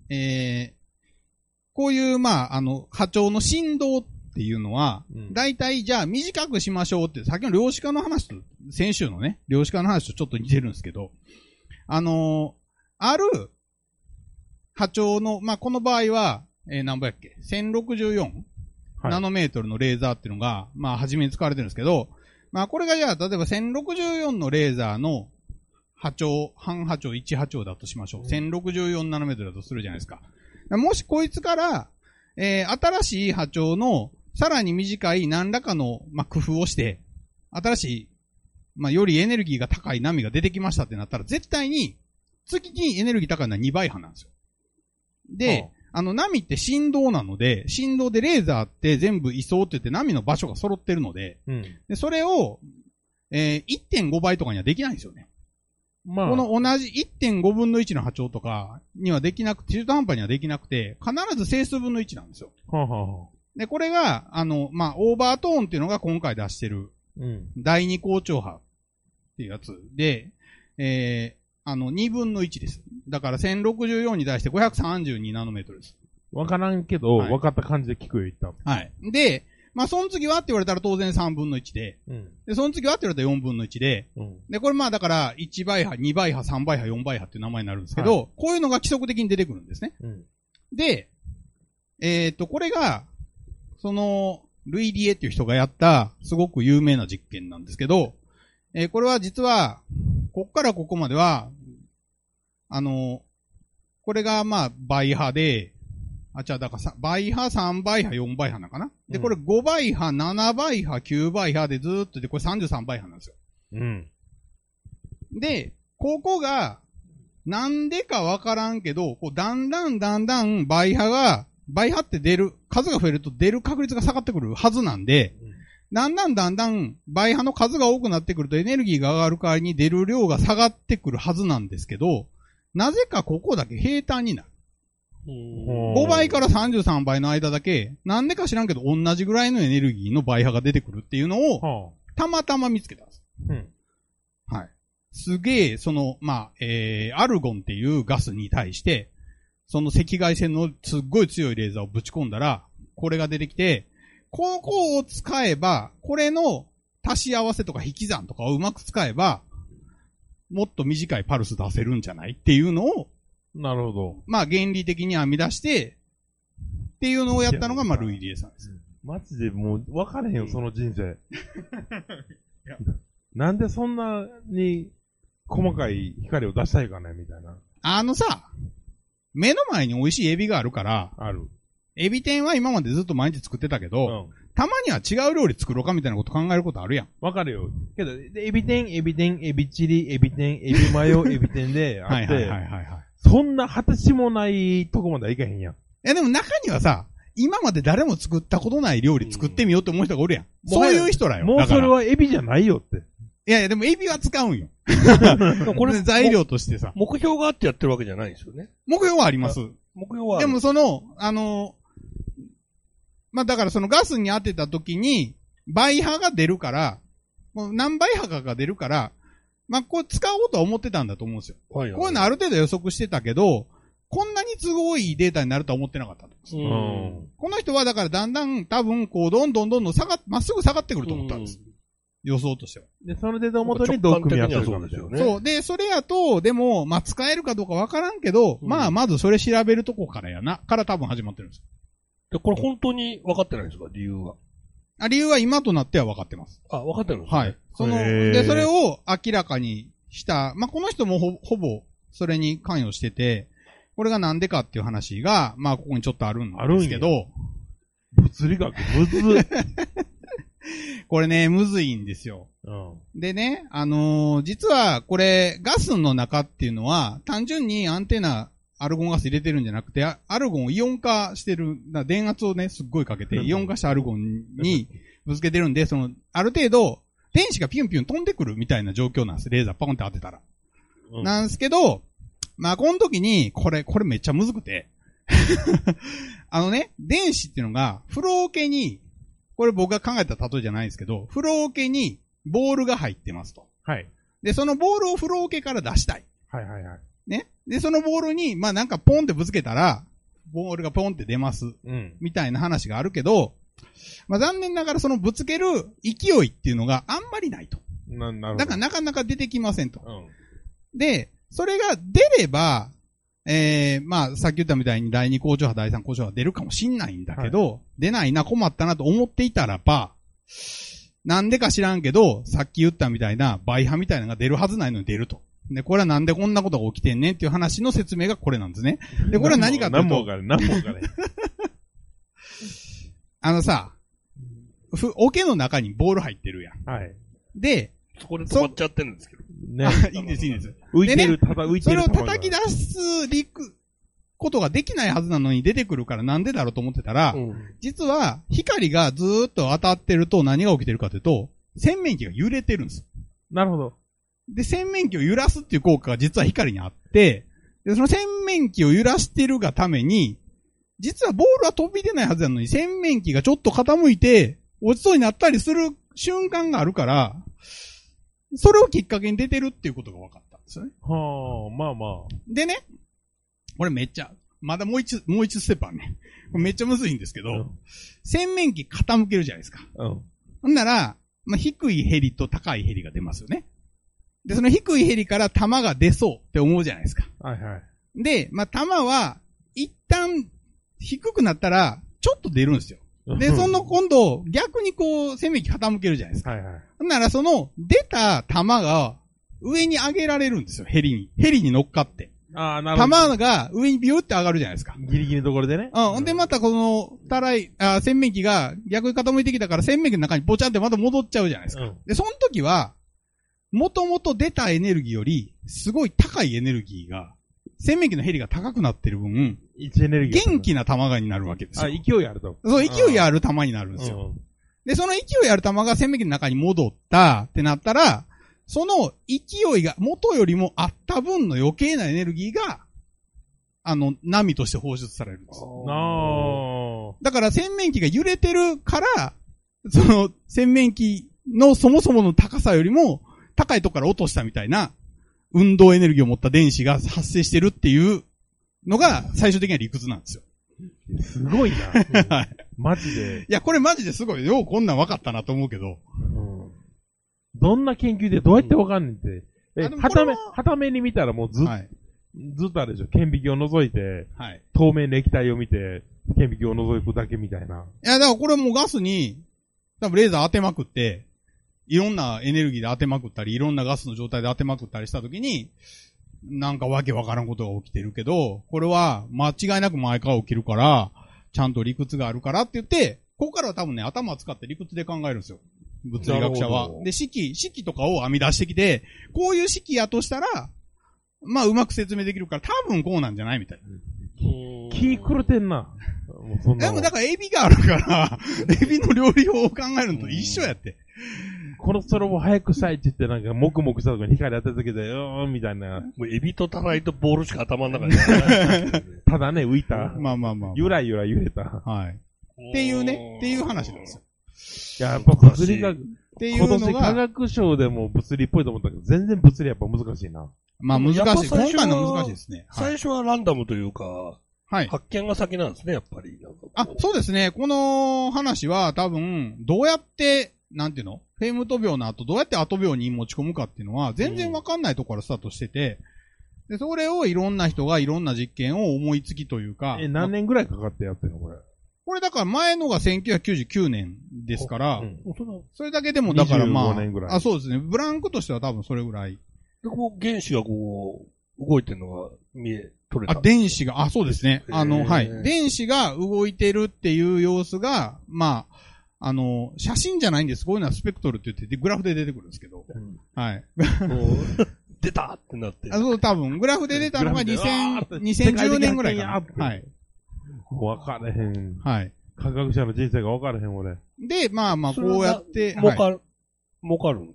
S2: い。
S3: えー、こういう、まあ、あの、波長の振動っていうのは、
S2: うん
S3: だいたいじゃあ短くしましょうって、先の量子化の話と、先週のね、量子化の話とちょっと似てるんですけど、あのーある波長の、まあ、この場合は、えー、何倍やっけ ?1064?
S2: はい
S3: ナノメートルのレーザーっていうのが、まあ、初めに使われてるんですけど、まあ、これがじゃあ、例えば1064のレーザーの波長、半波長、1波長だとしましょう。1064ナノメートルだとするじゃないですか。もしこいつから、えー新しい波長のさらに短い何らかの、まあ、工夫をして、新しい、まあ、よりエネルギーが高い波が出てきましたってなったら、絶対に、月にエネルギー高いのは2倍波なんですよ。で、あの波って振動なので、振動でレーザーって全部位相って言って波の場所が揃ってるので、
S2: うん。
S3: で、それを、えー1.5倍とかにはできないんですよね。
S2: まあ、
S3: この同じ1.5分の1の波長とかにはできなく、中途半端にはできなくて、必ず整数分の1なんですよ。
S2: はあはあはあ
S3: で、これが、あの、まあ、オーバートーンっていうのが今回出してる
S2: うん。
S3: 第二高潮波っていうやつで、えー、あの、2分の1です。だから1064に対して532ナノメートルです。
S2: わからんけど、
S3: はい
S2: わかった感じで聞くよ、言った。
S3: はい。で、まあ、その次はって言われたら当然3分の1で、
S2: うん。
S3: で、その次はって言われたら4分の1で、
S2: うん。
S3: で、これまあだから、1倍波、2倍波、3倍波、4倍波っていう名前になるんですけど、こういうのが規則的に出てくるんですね。
S2: うん。
S3: で、えっ、と、これが、その、ルイ・ディエっていう人がやった、すごく有名な実験なんですけど、えーこれは実は、こっからここまでは、あの、これがまあ、倍波で、あ、じゃあ、だからさ倍波、3倍波、4倍波なのかなで、
S2: うん
S3: これ5倍波、7倍波、9倍波でずーっとで、これ33倍波なんですよ。
S2: うん。
S3: で、ここが、なんでかわからんけど、こうだんだんだんだん倍波が、倍波って出る、数が増えると出る確率が下がってくるはずなんで、
S2: うん
S3: だんだんだんだん倍波の数が多くなってくるとエネルギーが上がる代わりに出る量が下がってくるはずなんですけど、なぜかここだけ平坦になる。
S2: うん
S3: 5倍から33倍の間だけ、なんでか知らんけど同じぐらいのエネルギーの倍波が出てくるっていうのを、
S2: は
S3: たまたま見つけたんです。
S2: あ。うん。
S3: はい。すげえ、その、まあ、えー、アルゴンっていうガスに対して、その赤外線のすっごい強いレーザーをぶち込んだら、これが出てきて、ここを使えば、これの足し合わせとか引き算とかをうまく使えば、もっと短いパルス出せるんじゃないっていうのを、
S2: なるほど。
S3: まあ、原理的に編み出して、っていうのをやったのが、まあ、ルイ・リエさんです。
S2: マジでもう分かれへんよ、その人
S3: [laughs]
S2: 生
S3: や。
S2: なんでそんなに細かい光を出したいかねみたいな。
S3: あのさ、目の前に美味しいエビがあるから、
S2: ある。
S3: エビ天は今までずっと毎日作ってたけ
S2: う
S3: ど、
S2: ん。
S3: たまには違う料理作ろうかみたいなこと考えることあるやん。
S2: 分かるよ。けど、でエビ天、エビ天、エビチリ、エビ天、エビマ
S3: [laughs]
S2: ヨ、エビ天であ
S3: は
S2: っ
S3: いはいはいはい、
S2: て、
S3: はい。
S2: そんな果てしもないとこまではいかへんやん。
S3: いやでも中にはさ、今まで誰も作ったことない料理作ってみようって思う人がおるやん。
S2: ん
S3: そういう人らよ。
S2: もう
S3: だから
S2: それはエビじゃないよって。
S3: いやいや、でもエビは使うんよ。
S4: こ
S3: こ
S4: れ
S3: れ材料としてさ。
S4: 目標があってやってるわけじゃないんですよね。
S3: 目標はあります。
S4: 目標はあ
S3: で
S4: る。
S3: もその、あのーまあ、だからそのガスに当てた時に、倍波が出るから、もう何倍波かが出るから、まあ、こう使おうとは思ってたんだと思うんですよ。
S4: はいはい
S3: こういうのある程度予測してたけど、こんなに都合いいデータになるとは思ってなかったと。
S4: う。
S2: うん
S3: この人はだからだんだん多分こうどんどんどんどん下がっ、まっすぐ下がってくると思ったんです。予想としては。
S2: で、その程度をもとにどう組み合わせるかみたいな
S4: 直感的にはそうです
S3: そ
S4: よね
S3: う。で、それやと、でも、まあ使えるかどうかわからんけど、
S4: うん
S3: まあまずそれ調べるとこからやな、から多分始まってるんですよ。
S4: で、これ本当に分かってないんですか理由は。
S3: あ理由は今となっては分かってます。
S4: あ、分かってるんですか、
S3: はい。その、
S2: へー
S3: で、それを明らかにした、まあ、この人もほほぼ、それに関与してて、これがなんでかっていう話が、まあ、ここにちょっとあるんですけ
S2: あ
S3: ど、
S2: 物理学、むずっ。
S3: これね、むずいんですよ。
S2: [laughs] うん。
S3: でね、あのー実はこれ、ガスの中っていうのは、単純にアンテナ、アルゴンガス入れてるんじゃなくて、アアルゴンをイオン化してる、な電圧をね、すっごいかけて、イオン化したアルゴンにぶつけてるんで、その、ある程度、電子がピュンピュン飛んでくるみたいな状況なんです。レーザーポンって当てたら。
S2: うん
S3: なんですけど、まあ、この時に、これ、これめっちゃむずくて。 [laughs] あのね、電子っていうのが、フロー系に、これ僕が考えた例えじゃないんですけど、フロー系にボールが入ってますと。
S2: はい。
S3: で、そのボールをフロー系から出したい。
S2: はいはいはい。
S3: ね。で、そのボールに、まあなんかポンってぶつけたら、ボールがポンって出ます。
S2: うん。
S3: みたいな話があるけど、まあ残念ながらそのぶつける勢いっていうのがあんまりないと。
S2: な、なるほど。
S3: だからなかなか出てきませんと。
S2: うん。
S3: で、それが出れば、ええまあ、さっき言ったみたいに第二校長波、第三校長波出るかもしんないんだけど、出ないな、困ったなと思っていたらば、なんでか知らんけど、さっき言ったみたいな倍波みたいなのが出るはずないのに出ると。で、これはなんでこんなことが起きてんねんっていう話の説明がこれなんですね。で、これは何かってい
S2: 何
S3: う [laughs]
S2: も分
S3: と、
S2: かれへん。何も分かれへん。
S3: あのさ、ふ、桶の中にボール入ってるやん。
S2: はい。
S3: で、
S4: そこで止まっちゃってるんですけど。
S2: ね
S3: あ。いいです、いいです。
S2: 浮いてる、ただ浮いて
S3: そ
S2: る
S3: れ
S2: 球
S3: を
S2: が。
S3: 叩き出すりくことができないはずなのに出てくるからなんでだろうと思ってたら、
S4: うん
S3: 実は光がずーっと当たってると何が起きてるかというと、洗面器が揺れてるんです。
S2: なるほど。
S3: で、洗面器を揺らすっていう効果が実は光にあって、で、その洗面器を揺らしてるがために、実はボールは飛び出ないはずなのに、洗面器がちょっと傾いて、落ちそうになったりする瞬間があるから、それをきっかけに出てるっていうことが分かったんですよね。
S2: はあ、まあまあ。
S3: でね、俺めっちゃ、まだもう一、もう一ステップあるね。これめっちゃむずいんですけど、
S2: うん
S3: 洗面器傾けるじゃないですか。
S2: うん。
S3: ほんなら、まあ、低いヘリと高いヘリが出ますよね。で、その低いヘリから弾が出そうって思うじゃないですか。
S2: はいはい。
S3: で、まあ、弾は、一旦、低くなったら、ちょっと出るんですよ。で、その、今度、逆にこう、攻めき傾けるじゃないですか。
S2: はいはい。
S3: ほんなら、その、出た弾が、上に上げられるんですよ、ヘリに。ヘリに乗っかって。
S2: ああ、なるほど。
S3: 弾が上にビューって上がるじゃないですか。
S2: ギリギリのところでね。
S3: うん。ほんで、またこの、たらい、あ、洗面器が逆に傾いてきたから、洗面器の中にボチャンってまた戻っちゃうじゃないですか。
S2: うん。
S3: で、その時は、もともと出たエネルギーより、すごい高いエネルギーが、洗面器のヘリが高くなってる分、
S2: 一エネルギー。
S3: 元。気な玉がになるわけです
S2: あ、
S3: よ。
S2: 勢いあると。
S3: そう、勢いある玉になるんですよ。
S2: う
S3: で、その勢いある玉が洗面器の中に戻ったってなったら、その勢いが元よりもあった分の余計なエネルギーが、あの、波として放出されるんですよ。
S2: ん。なあ。
S3: だから洗面器が揺れてるから、その洗面器のそもそもの高さよりも高いとこから落としたみたいな運動エネルギーを持った電子が発生してるっていうのが最終的には理屈なんですよ。
S2: すごい
S3: [laughs] は
S2: な。マジで。
S3: いや、これマジですごい。ようこんなん分かったなと思うけど。
S2: うんどんな研究でどうやってわかんねんって。え、
S3: あでも
S2: は
S3: これ
S2: た
S3: は
S2: め、はために見たらもうず、
S3: はい。
S2: ずっとあれでしょ。顕微鏡を覗いて、
S3: はい。
S2: 透明な液体を見て、顕微鏡を覗くだけみたいな。
S3: いや、だからこれもうガスに、多分レーザー当てまくって、いろんなエネルギーで当てまくったり、いろんなガスの状態で当てまくったりしたときに、なんかわけわからんことが起きてるけど、これは間違いなく前から起きるから、ちゃんと理屈があるからって言って、ここからは多分ね、頭を使って理屈で考えるんですよ。物理学者
S2: な
S3: は
S2: るほ。ど
S3: で、式、式とかを編み出してきて、こういう式やとしたら、まあ、うまく説明できるから、多分こうなんじゃないみたいな。
S2: 気狂ってんな。もうそん
S3: で
S2: な
S3: も
S2: もん
S3: だ。からエビがあるから、エビの料理法を考えるのと一緒やって。
S2: このストロボを早くしたいって言って、なんか、もくもくしたとこに光当て続けて、うーん、みたいな。
S4: もうエビとたらいとボールしか頭の中にない。
S2: ただね、浮いた。
S3: まあまあまあ。
S2: ゆらゆら揺れた。
S3: はい。っていうね、っていう話なんですよ。
S2: いや、やっぱ物理学、
S3: っていう
S2: 今
S3: の
S2: 年科
S3: が、
S2: 学賞でも物理っぽいと思ったけど、全然物理やっぱ難しいな。
S3: まあ難
S4: やっぱ
S3: しい。
S4: 最初は
S3: 今回の難しいですね。はい。
S4: 最初はランダムというか、
S3: はい。
S4: 発見が先なんですね、やっぱり。なんかこう
S3: あ、そうですね。この話は多分、どうやって、なんていうのフェイムト病の後、どうやって後病に持ち込むかっていうのは、全然わかんないところからスタートしてて、で、それをいろんな人がいろんな実験を思いつきというか、
S2: え、何年ぐらいかかってやってるのこれ。
S3: これだから前のが1999年ですから、
S2: うん
S4: 大人
S3: それだけでも、だからまあ、
S2: 25年ぐらい
S3: あ、そうですね。ブランクとしては多分それぐらい。
S4: で、こう、原子がこう、動いてるのが見え、取れ
S3: あ、
S4: た。
S3: 電子が、あ、そうですね。
S4: へー
S3: あの、はい。電子が動いてるっていう様子が、まあ、あの、写真じゃないんです。こういうのはスペクトルって言ってて、グラフで出てくるんですけど。はい。
S4: こ
S3: [laughs]
S4: う出たってなって
S3: あ。そう、多分、グラフで出たのが
S2: グラフでわー
S3: 2000
S2: っ、と
S3: 2010年ぐらいか
S2: 世界的
S3: な。は
S2: 発
S3: い。
S2: もう分かれへん。
S3: はい。
S2: 科学者の人生が分かれへん、俺。
S3: で、まあまあ、こうやって、
S4: 儲
S3: はい
S4: かる、儲かるん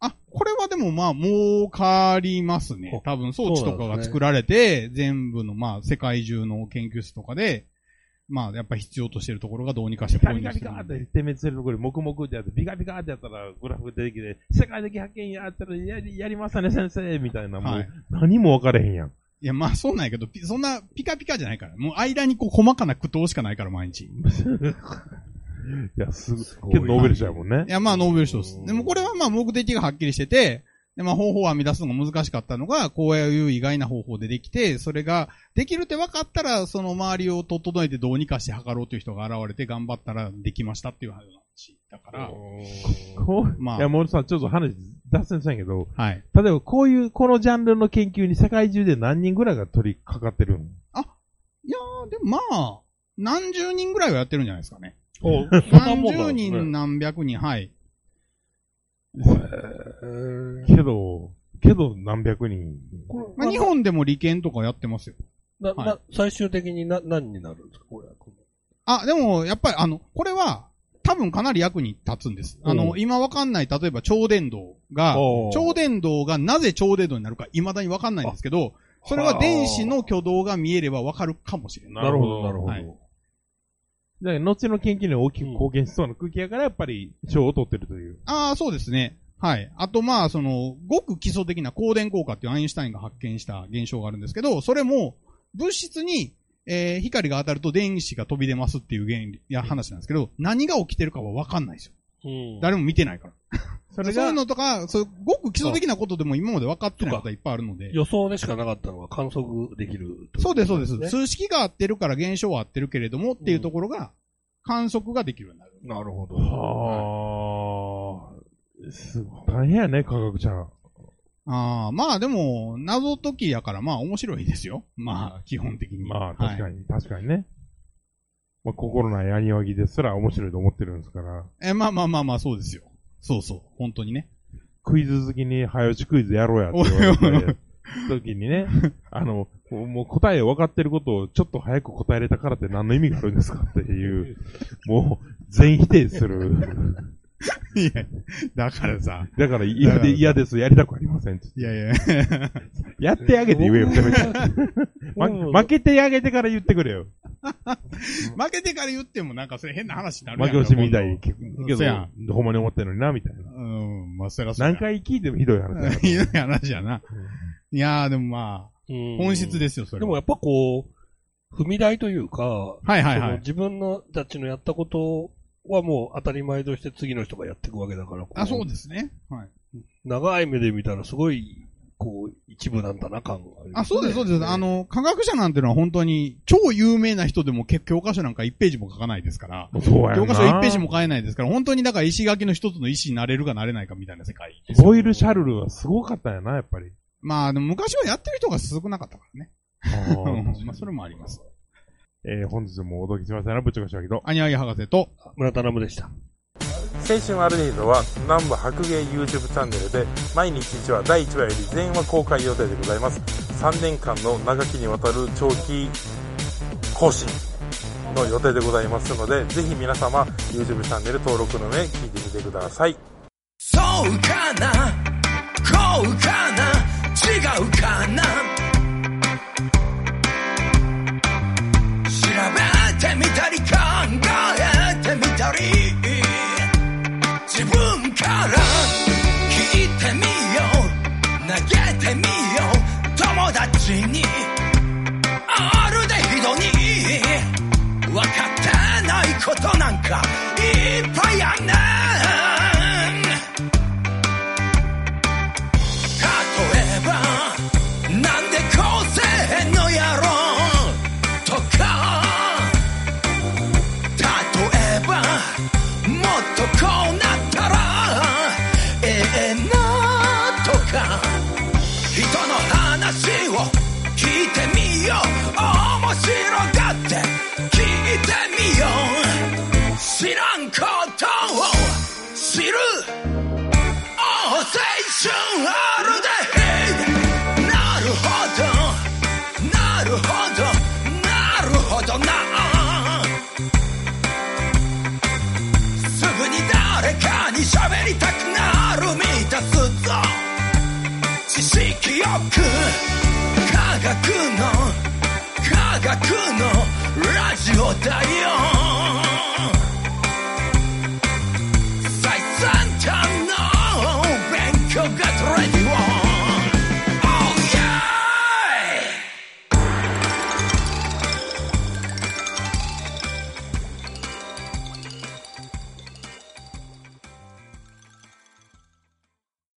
S3: あ、これはでもまあ、儲かりますね。多分装置とか
S4: そうなん
S3: が
S4: ですね
S3: 作られて、全部のまあ、世界中の研究室とかで、まあ、やっぱ必要としてるところがどうにかして
S2: ビ
S3: 購
S2: カビ
S3: 入
S2: カ
S3: し
S2: ビ
S3: て
S2: カー
S3: るん
S2: っ
S3: で
S2: て点滅するところに、もくもくってやって、ビカビカーってやったら、グラフが出てきて、世界的発見やったら、やり、やりましたね、先生みたいな、も
S3: は
S2: う
S3: い、
S2: 何も分かれへんやん。
S3: いや、まあ、そうなんやけど、ピそんなピカピカじゃないから。もう間にこう、細かな苦闘しかないから、毎日。い
S2: いや、す
S4: すご
S2: ごい。
S4: い
S2: けど、ノーベル賞やもんね。
S3: や、まあ、ノーベル賞です。でも、これはまあ、目的がはっきりしてて、で、まあ、方法を編み出すのが難しかったのが、こういう意外な方法でできて、それが、できるって分かったら、その周りを整えてどうにかして測ろうという人が現れて、頑張ったらできましたっていう話だから、
S2: こう、
S3: まあ
S2: いや、もうさ、ちょっと話、脱線したんやけど、
S3: はい。
S2: 例えばこういう、このジャンルの研究に世界中で何人ぐらいが取り掛かってるん
S3: でもまあ、何十人ぐらいはやってるんじゃないですかね。
S4: お、
S3: 30人何百人、はい。
S2: けど、けど何百人。
S3: まあ、日本でも利権とかやってますよ。
S4: な、な
S3: は
S4: 最終的にな、何になるんですかこれ。
S3: あ、でも、やっぱり、あの、これは、多分かなり役に立つんです。あ
S4: う
S3: の、今わかんない、例えば超伝導が、
S4: おう
S3: 超伝導がなぜ超伝導になるか未だにわかんないんですけど、それは電子の挙動が見えればわかるかもしれない。
S4: なるほど、
S2: な
S4: な
S2: る
S4: る
S2: ほ
S4: ほ
S2: ど
S4: ど。
S3: はい
S2: で後の研究に大きく貢献しそうな空気やから、やっぱり賞を取ってるという。
S3: ああ、そうですね。はい。あと、まあ、その、ごく基礎的な光電効果っていうアインシュタインが発見した現象があるんですけど、それも、物質に、えー光が当たると電子が飛び出ますっていう原理、いや、話なんですけど、何が起きてるかはわかんないですよ。
S4: うん
S3: 誰も見てないから。
S2: そ
S3: そ
S2: れ
S3: うい
S2: が
S3: う、のとか、そういうごく基礎的なことでも今まで分かってないことはいっぱいあるので。
S4: 予想でしかなかったのが観測できるとい
S3: そうです、そうです。
S4: ね
S3: 数式が合ってるから現象は合ってるけれどもっていうところが観測ができるようになる。
S4: なるほど。
S2: はあ、すごい。大変やね、科学者。
S3: ああ、まあでも、謎解きやからまあ面白いですよ。まあ、基本的に。
S2: まあ、確
S3: はい
S2: かに、確かにね。まあ、心ないアニワギですら面白いと思ってるんですから、
S3: えまあまあまあまあ、そうですよ。そうそう。本当にね。 [laughs]
S2: クイズ好きに、早打ちクイズやろうやって言われて、時にね、 [laughs] あの、もう答え分かってることをちょっと早く答えれたからって何の意味があるんですかっていう、もう、全否定する。 [laughs]
S3: いや、だからさ。
S2: だから、嫌で、嫌です、やりたくありませんって。
S3: いやいや。
S2: やってあげて言え
S3: [laughs]
S2: よ、せめて。
S4: [laughs]
S2: ま負けてあげてから言ってくれよ。
S3: 負けてから言ってもなんかそれ変な話になるや
S2: 負
S3: ん
S2: け惜しみみたい。。け
S3: そや
S2: ど、ほんまに思ってるのにな、みたいな。
S3: うん、まあそりゃそうや
S2: 何回聞いてもひどい話だ
S3: ひどい話やな。いやーでもまあ、本
S4: 本
S3: 質ですよ、それは。
S4: でもやっぱこう、踏み台というか、
S3: はいは
S4: そ
S3: い
S4: の
S3: はい。
S4: 自分のたちのやったことはもう当たり前として次の人がやっていくわけだから、こ
S3: あ、そうですね。はい。
S4: 長い目で見たらすごい、こう、一部なんだな感がありま
S3: あ、
S4: す
S3: そ
S4: ね
S3: うです、そうです。あ、の、科学者なんてのは本当に、超有名な人でもけ教科書なんか1ページも書かないですから、
S2: そうやんな。
S3: 教科書1ページも変えないですから、本当にだから石垣の一つの石になれるかなれないかみたいな世界ですよ
S2: ボイルシャルルはすごかったんやな、やっぱ
S3: [laughs]
S2: り。
S3: まあ、でも昔はやってる人が少なかったからね。うんまあ、それもあります。
S2: えー、本日もお届けしましたな、ぶっちょこしわけど。
S3: アニアゲ博士と、
S4: 村田ラムでした。
S5: 青春アルディードは南部白芸 YouTube チャンネルで毎日1話第1話より全話公開予定でございます3年間の長きにわたる長期更新の予定でございますのでぜひ皆様 YouTube チャンネル登録の上聞いてみてください
S1: そうかなこうかな違うかな調べてみたり考えてみたり自分から聞いてみよう投げてみよう友達にあるでひどに分かってないことなんかいっぱいあんねん例えばなんでこうせえへんのやろとか例えばもっとこうなったらええなとか人の話を聞いてみよう面白がって聞いてみよう知らんことを知る青春あるでなるほどなるほどなるほどなすぐに誰かに喋りたくなる満たすぞ知識よく科学の科学のラジオだよ Oh,